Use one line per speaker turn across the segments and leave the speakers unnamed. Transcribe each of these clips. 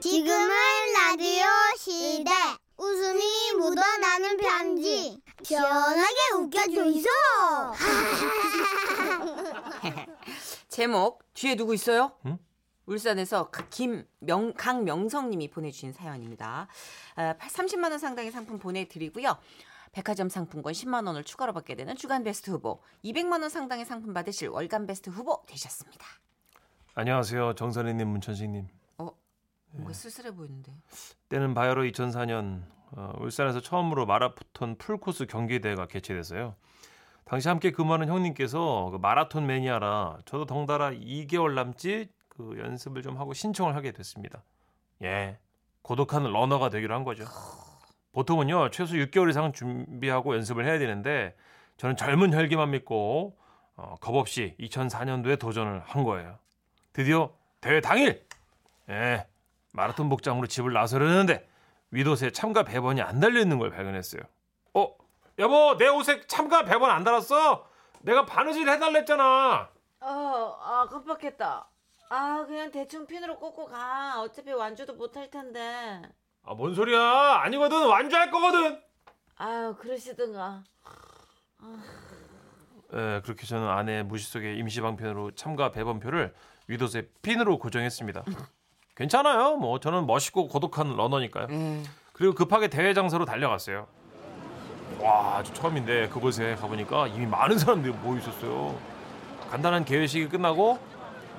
지금은 라디오 시대. 웃음이 묻어나는 편지. 시원하게 웃겨주이소.
제목 뒤에 누구 있어요? 울산에서 가- 김명 강명성님이 보내주신 사연입니다. 아, 30만 원 상당의 상품 보내드리고요. 백화점 상품권 10만 원을 추가로 받게 되는 주간 베스트 후보, 200만 원 상당의 상품 받으실 월간 베스트 후보 되셨습니다.
안녕하세요 정선희님 문천식님
어, 뭔가 쓸쓸해 보이는데.
때는 바야로 2004년 어, 울산에서 처음으로 마라톤 풀코스 경기대회가 개최됐어요 당시 함께 근무하는 형님께서 그 마라톤 매니아라 저도 덩달아 2개월 남짓 그 연습을 좀 하고 신청을 하게 됐습니다 예 고독한 러너가 되기로 한 거죠 보통은요 최소 6개월 이상 준비하고 연습을 해야 되는데 저는 젊은 혈기만 믿고 어, 겁없이 2004년도에 도전을 한 거예요 드디어 대회 당일 예, 마라톤 복장으로 집을 나서려는데 윗옷에 참가 배번이 안 달려 있는 걸 발견했어요. 어, 여보, 내 옷에 참가 배번 안 달았어. 내가 바느질 해달랬잖아.
어, 아, 깜빡했다. 아, 그냥 대충 핀으로 꽂고 가. 어차피 완주도 못할 텐데.
아, 뭔 소리야? 아니거든, 완주할 거거든.
아유, 그러시든가.
예, 그렇게 저는 아내의 무시 속에 임시방편으로 참가 배번표를 윗옷에 핀으로 고정했습니다. 괜찮아요. 뭐 저는 멋있고 고독한 러너니까요. 그리고 급하게 대회 장소로 달려갔어요. 와, 저 처음인데 그곳에 가보니까 이미 많은 사람들이 모여 있었어요. 간단한 개회식이 끝나고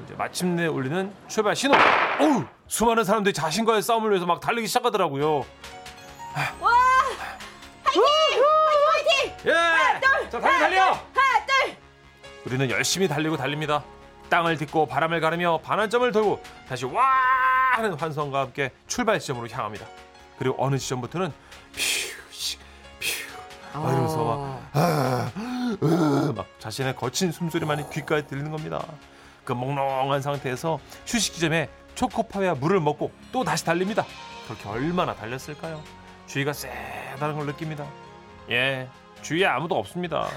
이제 마침내 울리는 출발 신호. 어우, 수많은 사람들이 자신과의 싸움을 위해서 막 달리기 시작하더라고요.
와! 파이팅! 파이팅! 파이팅!
예! 자, 달려
아,
달려!
하나, 둘!
우리는 열심히 달리고 달립니다. 땅을 딛고 바람을 가르며 반환점을 돌고 다시 와 하는 환성과 함께 출발 지점으로 향합니다. 그리고 어느 지점부터는 피우씩 피우 이러면서
어.
막, 아, 으, 막 자신의 거친 숨소리만이 귓가에 들리는 겁니다. 그 몽롱한 상태에서 휴식 지점에 초코파이와 물을 먹고 또 다시 달립니다. 그렇게 얼마나 달렸을까요? 주위가 쎄다는 걸 느낍니다. 예, 주위에 아무도 없습니다.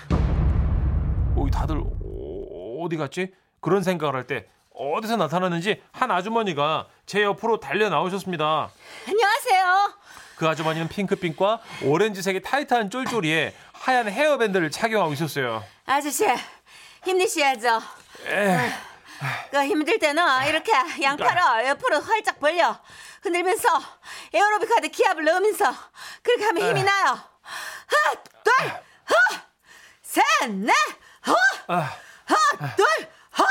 오, 다들 어- 어디 갔지? 그런 생각을 할 때 어디서 나타났는지 한 아주머니가 제 옆으로 달려 나오셨습니다.
안녕하세요.
그 아주머니는 핑크빛과 오렌지색의 타이트한 쫄쫄이에 하얀 헤어밴드를 착용하고 있었어요.
아저씨 힘내셔야죠.
에,
그 힘들 때는 이렇게 양팔을 옆으로 활짝 벌려 흔들면서 에어로빅 하듯 기압을 넣으면서 그렇게 하면 힘이 나요. 하나, 둘, 하, 셋, 넷, 호,
아,
하나, 둘, 호,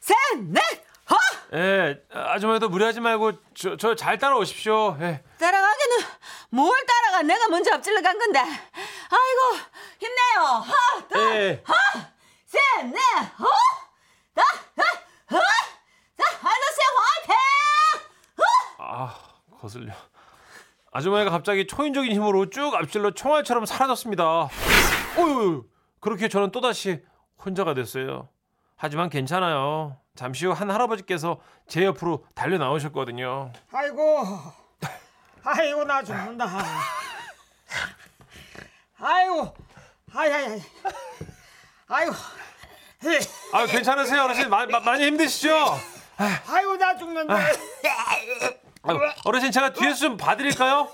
셋, 넷, 호.
에, 예, 아주머니도 무리하지 말고 저 저 잘 따라오십시오. 예. 에,
따라가기는 뭘 따라가? 내가 먼저 앞질러 간 건데. 아이고 힘내요. 하나, 둘,
에,
셋, 넷, 호, 다, 하, 호, 자, 아저씨 화이팅!
아 거슬려. 아주머니가 갑자기 초인적인 힘으로 쭉 앞질러 총알처럼 사라졌습니다. 오유 그렇게 저는 또다시 혼자가 됐어요. 하지만 괜찮아요. 잠시 후 한 할아버지께서 제 옆으로 달려 나오셨거든요.
아이고, 아이고 나 죽는다. 아이고, 아야야, 아이고, 예,
아 괜찮으세요, 어르신? 마- 마- 많이 힘드시죠?
아이고 나 죽는다.
아유, 어르신 제가 뒤에서 좀 봐드릴까요?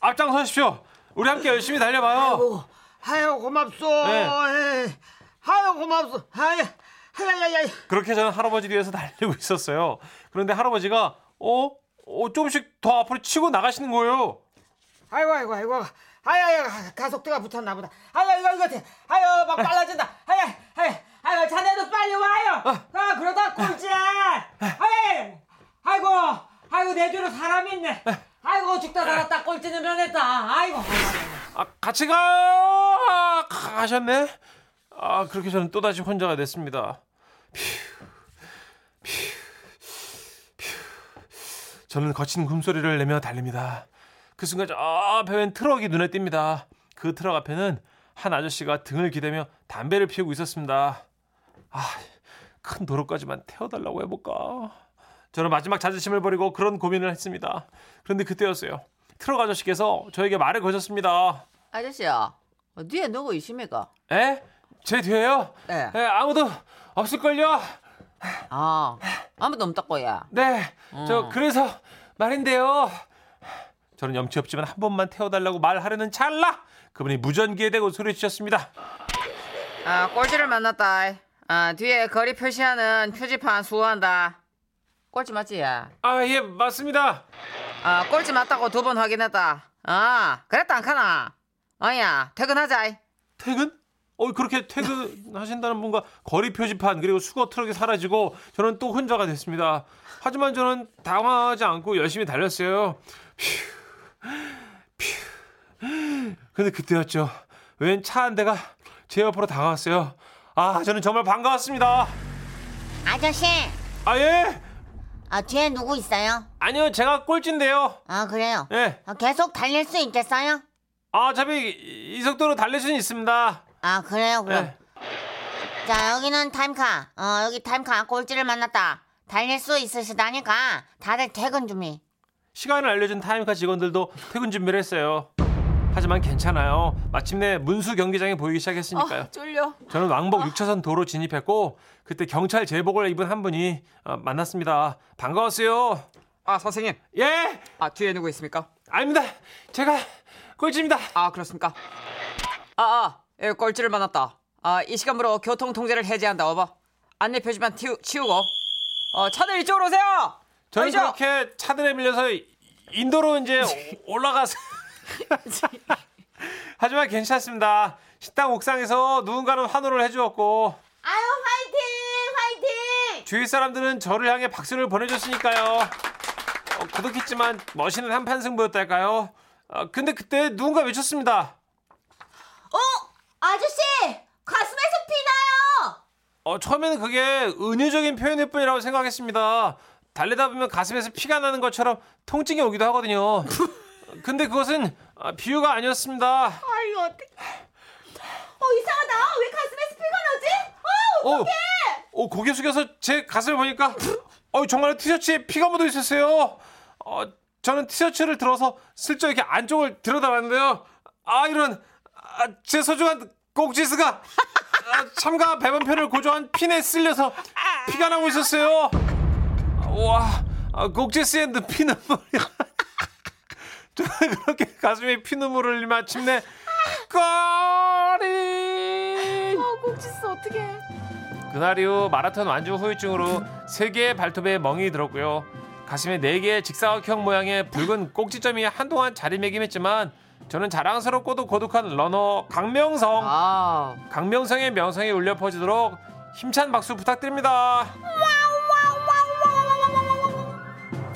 앞장서십시오. 우리 함께 열심히 달려봐요.
아이고, 아이고 고맙소.
네.
예. 아이고 고맙소. 아야, 아야야야.
그렇게 저는 할아버지 뒤에서 달리고 있었어요. 그런데 할아버지가 어? 어 조금씩 더 앞으로 치고 나가시는 거예요.
아이고 아이고 아이고. 아야야 가속도가 붙었나 보다. 아야 이거 이거 돼. 아유 막 빨라진다. 아야 아야 아유 자네도 빨리 와요. 아 그러다 꼴찌야. 아야 아이고 아이고 내 뒤로 사람이 있네. 아이고 죽다 살았다 꼴찌는 변했다. 아이고.
아, 같이 가요! 아, 가셨네? 아, 그렇게 저는 또다시 혼자가 됐습니다. 퓨, 퓨, 퓨. 저는 거친 굼소리를 내며 달립니다. 그 순간 저 앞에는 트럭이 눈에 띕니다. 그 트럭 앞에는 한 아저씨가 등을 기대며 담배를 피우고 있었습니다. 아, 큰 도로까지만 태워달라고 해볼까? 저는 마지막 자존심을 버리고 그런 고민을 했습니다. 그런데 그때였어요. 트럭 아저씨께서 저에게 말을 거셨습니다.
아저씨요. 어, 뒤에 누구 있습니까?
에? 제 뒤에요?
네.
에, 아무도 없을걸요?
아, 아무도 없다고야.
네. 저 그래서 말인데요. 저는 염치 없지만 한 번만 태워달라고 말하려는 찰나 그분이 무전기에 대고 소리치셨습니다.
아 꼴찌를 만났다. 아 뒤에 거리 표시하는 표지판 수호한다. 꼴찌 맞지? 야?
아 예 맞습니다.
아 꼴찌 맞다고 두 번 확인했다. 아 그랬다 안 카나. 아야 퇴근하자.
퇴근? 어 그렇게 퇴근하신다는 분과 거리 표지판 그리고 수거 트럭이 사라지고 저는 또 혼자가 됐습니다. 하지만 저는 당황하지 않고 열심히 달렸어요. 휴, 휴. 근데 그때였죠. 웬 차 한 대가 제 옆으로 다가왔어요. 아 저는 정말 반가웠습니다.
아저씨,
아 예.
아, 뒤에 누구 있어요?
아니요 제가 꼴찌인데요.
아, 그래요?
예.
아, 계속 달릴 수 있겠어요?
아 어차피 이 속도로 달릴 수는 있습니다.
아, 그래요, 그럼.
예.
자, 여기는 타임카. 어, 여기 타임카 꼴찌를 만났다. 달릴 수 있으시다니까 다들 퇴근 준비.
시간을 알려준 타임카 직원들도 퇴근 준비를 했어요. 하지만 괜찮아요. 마침내 문수 경기장이 보이기 시작했으니까요.
아, 쫄려.
저는 왕복 6차선 도로 진입했고 그때 경찰 제복을 입은 한 분이 어, 만났습니다. 반가웠어요.
아 선생님
예,
아 뒤에 누구 있습니까?
아닙니다. 제가 꼴찌입니다.
아 그렇습니까? 아아 예, 꼴찌를 만났다. 아 이 시간부로 교통 통제를 해제한다. 어버 안내 표지판 틔우, 치우고 어 차들 이쪽으로 오세요.
저는
아니죠?
그렇게 차들에 밀려서 인도로 이제 오- 올라가서 하지만 괜찮습니다. 식당 옥상에서 누군가는 환호를 해주었고
아유 화이팅 화이팅
주위 사람들은 저를 향해 박수를 보내줬으니까요. 어, 고독했지만 멋있는 한판 승부였달까요? 어, 근데 그때 누군가 외쳤습니다.
어? 아저씨 가슴에서 피나요
어, 처음에는 그게 은유적인 표현일 뿐이라고 생각했습니다. 달리다 보면 가슴에서 피가 나는 것처럼 통증이 오기도 하거든요. 근데 그것은 아, 비유가 아니었습니다.
아유 어떡해 어 이상하다 왜 가슴에서 피가 나지? 어
어, 어, 고개 숙여서 제 가슴을 보니까 어, 정말 티셔츠에 피가 묻어 있었어요. 어, 저는 티셔츠를 들어서 슬쩍 이렇게 안쪽을 들여다봤는데요. 아 이런 아, 제 소중한 꼭지스가 아, 참가 배변편을 고조한 핀에 쓸려서 피가 나고 있었어요. 와, 아, 꼭지스의 피눈물이. 저는 그렇게 가슴에 피눈물을 흘리 마침내 꺼린 그날 이후 마라톤 완주 후유증으로 세개의 발톱에 멍이 들었고요. 가슴에 네개의 직사각형 모양의 붉은 꼭지점이 한동안 자리매김했지만 저는 자랑스럽고도 고독한 러너
어.
강명성
아
강명성의 명성이 울려 퍼지도록 힘찬 박수 부탁드립니다.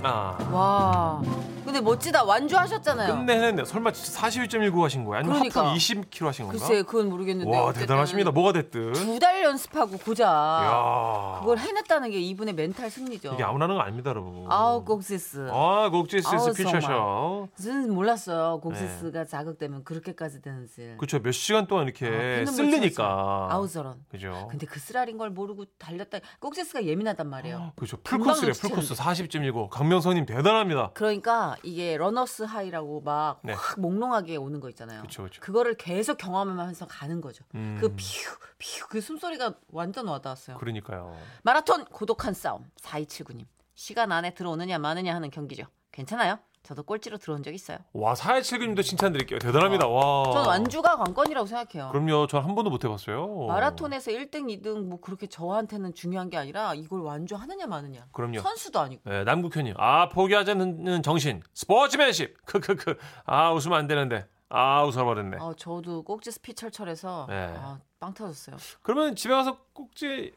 아
와. 근데 멋지다. 완주하셨잖아요.
끝내는데 설마 진짜 42.19 하신 거예요? 아니면
그러니까.
하품 20kg 하신 건가?
글쎄, 그건 모르겠는데.
와 대단하십니다. 뭐가 됐든.
두 달 연습하고 고자
야
그걸 해냈다는 게 이분의 멘탈 승리죠.
이게 아무나 하는 거 아닙니다, 여러분.
아우 곡세스.
아, 곡지스
아우,
피처셔.
저는 몰랐어요. 곡세스가 자극되면 그렇게까지 되는지.
네. 그렇죠. 몇 시간 동안 이렇게
아, 피눈물
쓸리니까.
찔렀어요. 아우 저런.
그죠.
근데 그 쓰라린 걸 모르고 달렸다. 꼭지스가 예민하단 말이에요.
그죠.
금방
풀코스래,
눈치
풀코스 40.19. 강명선님 대단합니다.
그러니까 이게 러너스 하이라고 막 확
네.
몽롱하게 오는 거 있잖아요.
그쵸, 그쵸.
거를 계속 경험하면서 가는 거죠.
음.
그 피우 피우 그 숨소리가 완전 와닿았어요.
그러니까요.
마라톤 고독한 싸움 4279님. 시간 안에 들어오느냐 마느냐 하는 경기죠. 괜찮아요? 저도 꼴찌로 들어온 적 있어요.
와, 417님도 칭찬드릴게요. 대단합니다. 와.
전 아, 완주가 관건이라고 생각해요.
어. 그럼요. 전 한 번도 못 해봤어요.
마라톤에서 1등, 2등 뭐 그렇게 저한테는 중요한 게 아니라 이걸 완주하느냐 마느냐.
그럼요.
선수도 아니고.
네, 남국현님. 아, 포기하자는 정신. 스포츠맨십. 크크크. 아, 웃으면 안 되는데. 아, 웃어버렸네.
아, 저도 꼭지 스피철철해서
네.
아, 빵 터졌어요.
그러면 집에 가서 꼭지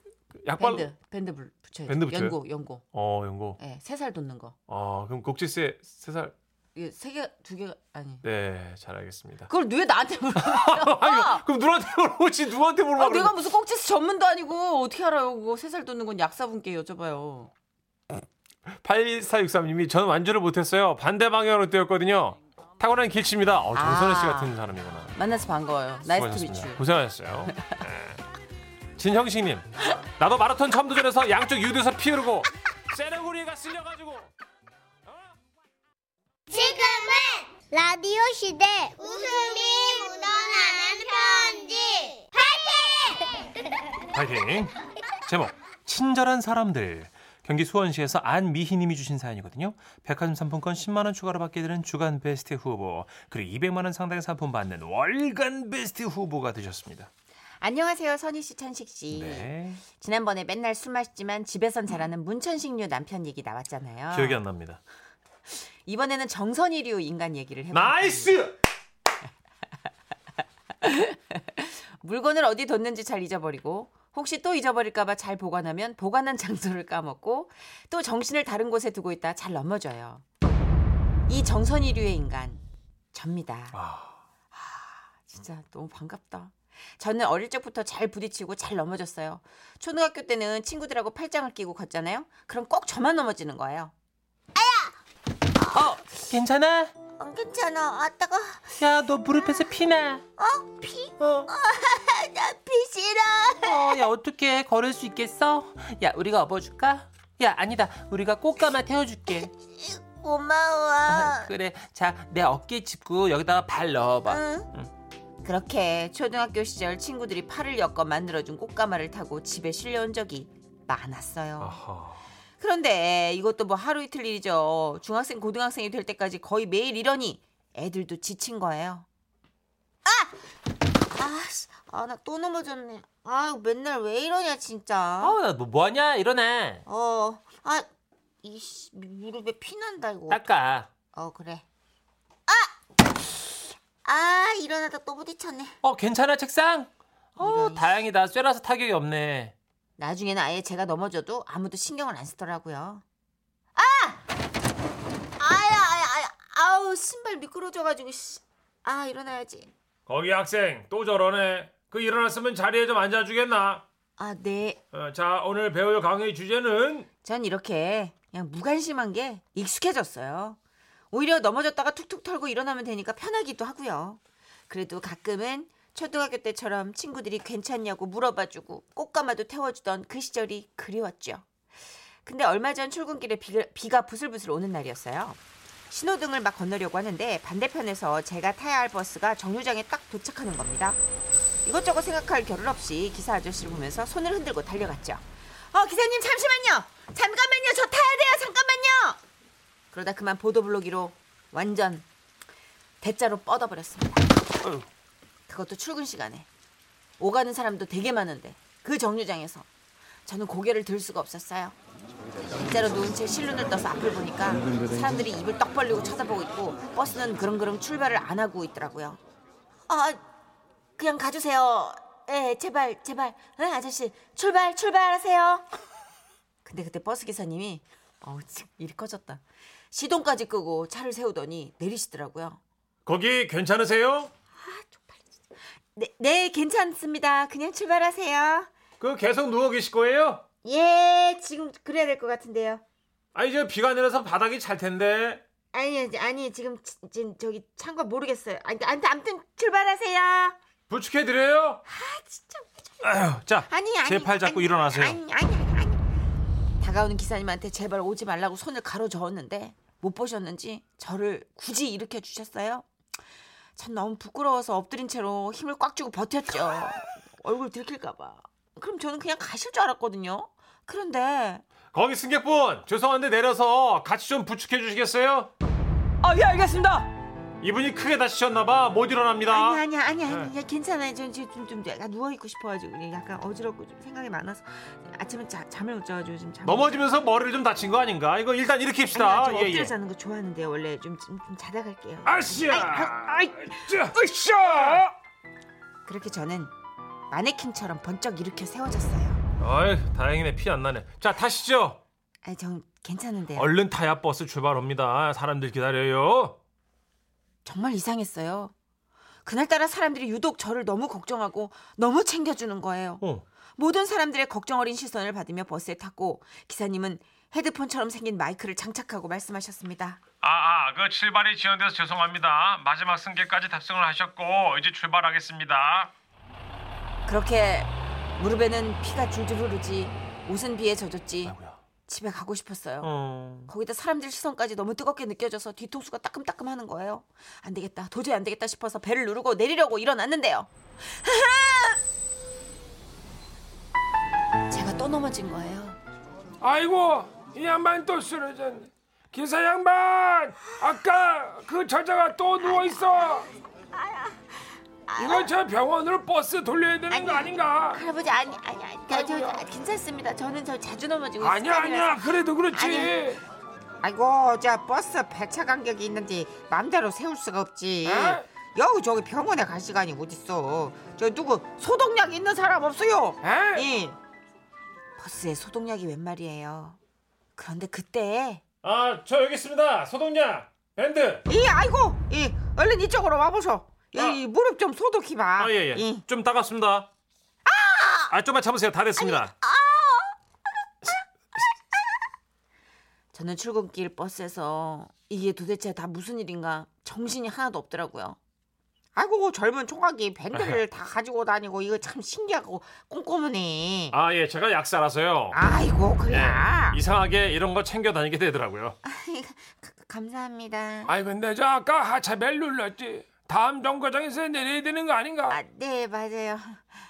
약발.
밴드 밴드 불- 붙여야죠.
밴드 붙여요?
연고 연고.
어, 연고.
예, 세살 돋는 거.
아, 그럼 곡지스의 세 살.
이게 세 개, 두 개가 아니.
네, 잘 알겠습니다.
그걸 왜 나한테 물어?
아니, 그럼 누구한테 물어보지? 누구한테 물어봐?
아, 내가 무슨 꼭지스 전문도 아니고 어떻게 알아요? 그거 세 살 돋는 건 약사분께 여쭤봐요.
8463님이 저는 완주를 못했어요. 반대 방향으로 뛰었거든요. 탁월한 길치입니다. 어, 정선혜 씨
아.
같은 사람이구나.
만나서 반가워요. 나이스 투 미츠.
수고하셨습니다. 고생하셨어요. 네. 진형식님, 나도 마라톤 처음 도전해서 양쪽 유두에서 피 흐르고 세레구리가 쓸려가지고.
지금은 라디오 시대 웃음이 묻어나는 편지 파이팅
파이팅. 제목 친절한 사람들. 경기 수원시에서 안미희님이 주신 사연이거든요. 백화점 상품권 10만 원 추가로 받게 되는 주간 베스트 후보 그리고 200만 원 상당의 상품 받는 월간 베스트 후보가 되셨습니다.
안녕하세요, 선희 씨, 천식
예.
씨.
네,
지난번에 맨날 술 마시지만 집에선 잘하는 문천식류 남편 얘기 나왔잖아요.
기억이 안 납니다.
이번에는 정선이류 인간 얘기를 해볼게요.
나이스!
물건을 어디 뒀는지 잘 잊어버리고 혹시 또 잊어버릴까봐 잘 보관하면 보관한 장소를 까먹고 또 정신을 다른 곳에 두고 있다 잘 넘어져요. 이 정선이류의 인간 접니다.
아,
진짜 너무 반갑다. 저는 어릴 적부터 잘 부딪히고 잘 넘어졌어요. 초등학교 때는 친구들하고 팔짱을 끼고 걷잖아요. 그럼 꼭 저만 넘어지는 거예요.
괜찮아?
안 괜찮아. 아 따가.
야, 너 무릎에서 피나?
어? 피?
어,
나피 싫어.
어, 야, 어떻게 걸을 수 있겠어? 야, 우리가 업어줄까? 야, 아니다. 우리가 꽃가마 태워줄게.
고마워.
그래. 자, 내 어깨 짚고 여기다가 발 넣어봐.
그렇게 초등학교 시절 친구들이 팔을 엮어 만들어준 꽃가마를 타고 집에 실려온 적이 많았어요.
아하.
그런데 이것도 뭐 하루 이틀 일이죠. 중학생, 고등학생이 될 때까지 거의 매일 이러니 애들도 지친 거예요.
아! 아씨. 아 나 또 넘어졌네. 아 맨날 왜 이러냐 진짜.
아우 나뭐 뭐하냐 일어나
어. 아 이씨 무릎에 피 난다 이거.
닦아
어 그래. 아. 아 일어나다 또 부딪혔네.
어 괜찮아 책상 어
음.
이런.
다행이다 쇠라서 타격이 없네
나중에는 아예 제가 넘어져도 아무도 신경을 안 쓰더라고요. 아!
아야 아야 아야. 아우 신발 미끄러져가지고. 씨. 아 일어나야지.
거기 학생 또 저러네. 그 일어났으면 자리에 좀 앉아주겠나? 어,
아, 네.
자, 오늘 배울 강의 주제는
전 이렇게 그냥 무관심한 게 익숙해졌어요. 오히려 넘어졌다가 툭툭 털고 일어나면 되니까 편하기도 하고요. 그래도 가끔은 초등학교 때처럼 친구들이 괜찮냐고 물어봐주고 꽃가마도 태워주던 그 시절이 그리웠죠. 근데 얼마 전 출근길에 비가, 비가 부슬부슬 오는 날이었어요. 신호등을 막 건너려고 하는데 반대편에서 제가 타야 할 버스가 정류장에 딱 도착하는 겁니다. 이것저것 생각할 겨를 없이 기사 아저씨를 보면서 손을 흔들고 달려갔죠. 어 기사님 잠시만요. 잠깐만요. 저 타야 돼요. 잠깐만요. 그러다 그만 보도블로기로 완전 대자로 뻗어버렸습니다. 그것도 출근 시간에 오가는 사람도 되게 많은데 그 정류장에서 저는 고개를 들 수가 없었어요. 대자로 누운 채 실눈을 떠서 앞을 보니까 사람들이 입을 떡 벌리고 쳐다보고 있고 버스는 그릉그릉 출발을 안 하고 있더라고요. 아 그냥 가주세요. 예, 제발, 제발. 예, 아저씨, 출발, 출발하세요. 근데 그때 버스 기사님이 어우, 참, 일이 커졌다. 시동까지 끄고 차를 세우더니 내리시더라고요.
거기 괜찮으세요?
네, 네, 괜찮습니다. 그냥 출발하세요.
그 계속 누워 계실 거예요?
예, 지금 그래야 될 것 같은데요.
아니 이제 비가 내려서 바닥이 찰 텐데.
아니, 아니, 지금 지금 저기 찬거 모르겠어요. 아니, 아무튼 출발하세요.
부축해 드려요. 아 진짜. 자,
아니, 아니,
제 팔 잡고 일어나세요.
아니 아니 다가오는 기사님한테 제발 오지 말라고 손을 가로저었는데 못 보셨는지 저를 굳이 일으켜 주셨어요. 전 너무 부끄러워서 엎드린 채로 힘을 꽉 주고 버텼죠. 얼굴 들킬까봐. 그럼 저는 그냥 가실 줄 알았거든요. 그런데
거기 승객분 죄송한데 내려서 같이 좀 부축해 주시겠어요?
아 예 알겠습니다.
이분이 크게 다치셨나봐 못 일어납니다.
아니 아니 아니
네.
아니 야 괜찮아요. 저는 지금 좀, 좀 약간 누워 있고 싶어가지고 그냥 약간 어지럽고 좀 생각이 많아서 아침에 자, 잠을 못 자가지고 지금 잠.
넘어지면서 머리를 좀 다친 거 아닌가? 이거 일단 일으킵시다.
아니, 저
예,
엎드려
예.
자는 거 좋아하는데 원래 좀, 좀, 좀 자다 갈게요.
아시아.
아이,
자, 으쌰.
그렇게 저는 마네킹처럼 번쩍 일으켜 세워졌어요.
아이 다행이네 피 안 나네. 자 타시죠.
아니 전 괜찮은데요.
얼른 타야 버스 출발합니다. 사람들 기다려요.
정말 이상했어요. 그날따라 사람들이 유독 저를 너무 걱정하고 너무 챙겨주는 거예요.
어.
모든 사람들의 걱정 어린 시선을 받으며 버스에 탔고 기사님은 헤드폰처럼 생긴 마이크를 장착하고 말씀하셨습니다.
아, 아, 그 출발이 지연돼서 죄송합니다. 마지막 승객까지 탑승을 하셨고 이제 출발하겠습니다.
그렇게 무릎에는 피가 줄줄 흐르지 옷은 비에 젖었지
아이고야.
집에 가고 싶었어요.
어.
거기다 사람들 시선까지 너무 뜨겁게 느껴져서 뒤통수가 따끔따끔 하는 거예요. 안 되겠다. 도저히 안 되겠다 싶어서 배를 누르고 내리려고 일어났는데요. 제가 또 넘어진 거예요.
아이고,
이 양반 또 쓰러졌네. 기사 양반, 아까 그 저자가 또 누워 있어. 이거 저 병원으로 버스 돌려야 되는 거 아닌가?
할아버지 아니 아니 아니 저, 저, 저, 괜찮습니다. 저는 저 자주
그
넘어지고
아니야 아니야 그래도 그렇지.
아니, 아이고 저 버스 배차 간격이 있는데 맘대로 세울 수가 없지
에?
여우 저기 병원에 갈 시간이 어딨어 저 누구 소독약 있는 사람 없어요
에?
예.
버스에 소독약이 웬 말이에요. 그런데 그때
아 저 여기 있습니다. 소동야 밴드.
이 아이고 이 얼른 이쪽으로 와보소 이 무릎 좀 소독해봐
아 예예.
이.
좀 따갑습니다. 아 좀만 참으세요. 다 됐습니다.
저는 출근길 버스에서 이게 도대체 다 무슨 일인가 정신이 하나도 없더라고요.
아이고 젊은 총각이 밴드를 다 가지고 다니고 이거 참 신기하고 꼼꼼하네
아 예 제가 약사라서요.
아이고 그래
예, 이상하게 이런 거 챙겨 다니게 되더라고요.
감사합니다.
아이 근데 저 아까 하차벨 눌렀지. 다음 정거장에서 내려야 되는 거 아닌가?
네 맞아요.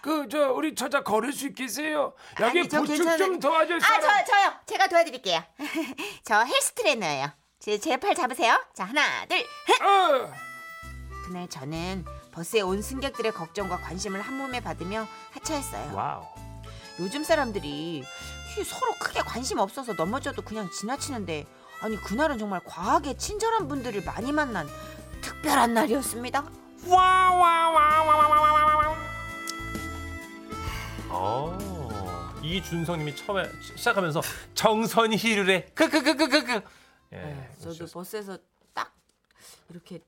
그 저 우리 저자 걸을 수 있겠어요? 여기
아니, 저
부축
괜찮아요.
좀 도와줄
아
사람.
저 저요. 제가 도와드릴게요. 저 헬스 트레이너예요. 제 팔 잡으세요. 자 하나 둘. 셋.
어.
그날 저는 버스에 온 승객들의 걱정과 관심을 한 몸에 받으며 하차했어요.
와우.
요즘 사람들이 이 서로 크게 관심 없어서 넘어져도 그냥 지나치는데 아니 그날은 정말 과하게 친절한 분들을 많이 만난 특별한 날이었습니다.
어. 이준성님이 처음에 시- 시작하면서 그, 정선이 힐을해 크크크크크크. 예.
네, 저도 버스에서 딱 이렇게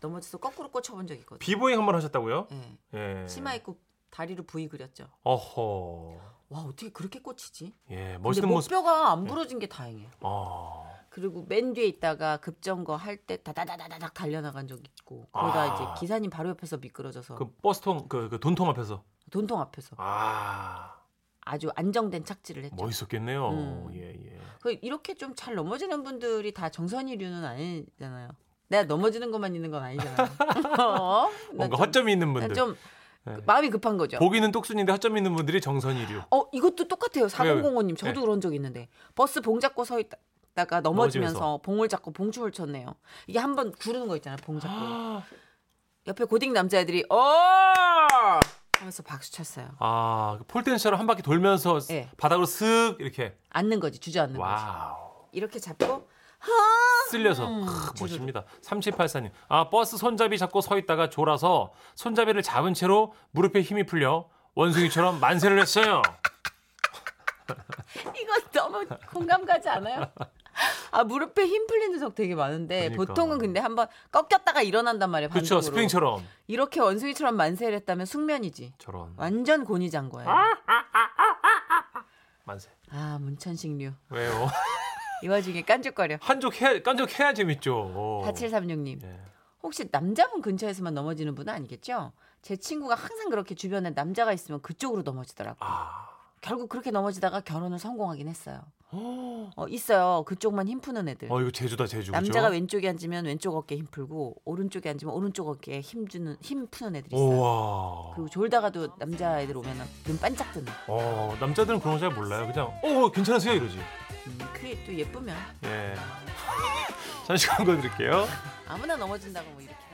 넘어져서 거꾸로 꽂혀본 적이 있거든요.
비보잉 한번 하셨다고요?
예.
예.
치마 입고 다리로 V 그렸죠.
어허.
와 어떻게 그렇게 꽂히지?
예.
근데 뭐
멋있는 모습.
목뼈가 안 부러진 게 다행이에요.
어.
그리고 맨 뒤에 있다가 급정거 할 때 다다다다닥 달려나간 적 있고 그러다
아.
이제 기사님 바로 옆에서 미끄러져서
그 버스통 그, 그 돈통 앞에서
돈통 앞에서
아
아주 안정된 착지를 했죠.
멋있었겠네요.
음.
예 예.
그 이렇게 좀 잘 넘어지는 분들이 다 정선이류는 아니잖아요. 내가 넘어지는 것만 있는 건 아니잖아요. 어? 나
뭔가
좀-
허점이 있는
나
분들.
좀
네.
마음이 급한 거죠.
보기는 똑순인데 허점 있는 분들이 정선이류.
어 이것도 똑같아요.
왜, 왜?
4005님 저도
네.
그런 적 있는데 버스 봉 잡고 서 있다가 넘어지면서
넘어지면서.
봉을 잡고 봉춤을 췄네요. 이게 한 번 구르는 거 있잖아요. 봉 잡고 옆에 고딩 남자애들이 어 하면서 박수 쳤어요.
아, 그 폴댄처럼 한 바퀴 돌면서
예.
바닥으로 슥 이렇게
앉는 거지 주저앉는 거지.
와우.
이렇게 잡고
쓸려서
음,
크, 멋집니다. 3784님. 아, 버스 손잡이 잡고 서 있다가 졸아서 손잡이를 잡은 채로 무릎에 힘이 풀려 원숭이처럼 만세를 했어요.
이거 너무 공감 가지 않아요? 아 무릎에 힘 풀리는 적 되게 많은데
그러니까.
보통은 근데 한번 꺾였다가 일어난단 말이에요.
그렇죠.
반동으로.
스프링처럼.
이렇게 원숭이처럼 만세를 했다면 숙면이지.
저런.
완전 곤이장 거예요.
아! 만세.
아 문천식류.
왜요?
이 와중에 깐죽거려.
한쪽 해야 깐족 해야 재밌죠.
4736님.
예.
혹시 남자분 근처에서만 넘어지는 분은 아니겠죠? 제 친구가 항상 그렇게 주변에 남자가 있으면 그쪽으로 넘어지더라고요.
아.
결국 그렇게 넘어지다가 결혼을 성공하긴 했어요. 어, 있어요. 그쪽만 힘 푸는 애들.
어, 이거 제주다 제주. 그죠?
남자가 왼쪽에 앉으면 왼쪽 어깨 힘 풀고 오른쪽에 앉으면 오른쪽 어깨에 힘 주는 힘 푸는 애들이 있어요.
우와.
그리고 졸다가도 남자 애들 오면 은눈 반짝 뜨는.
어, 남자들은 그런 거 잘 몰라요. 그냥 어, 괜찮으세요 이러지.
음, 그게 또 예쁘면
예. 잠시 광고 드릴게요.
아무나 넘어진다고 뭐 이렇게.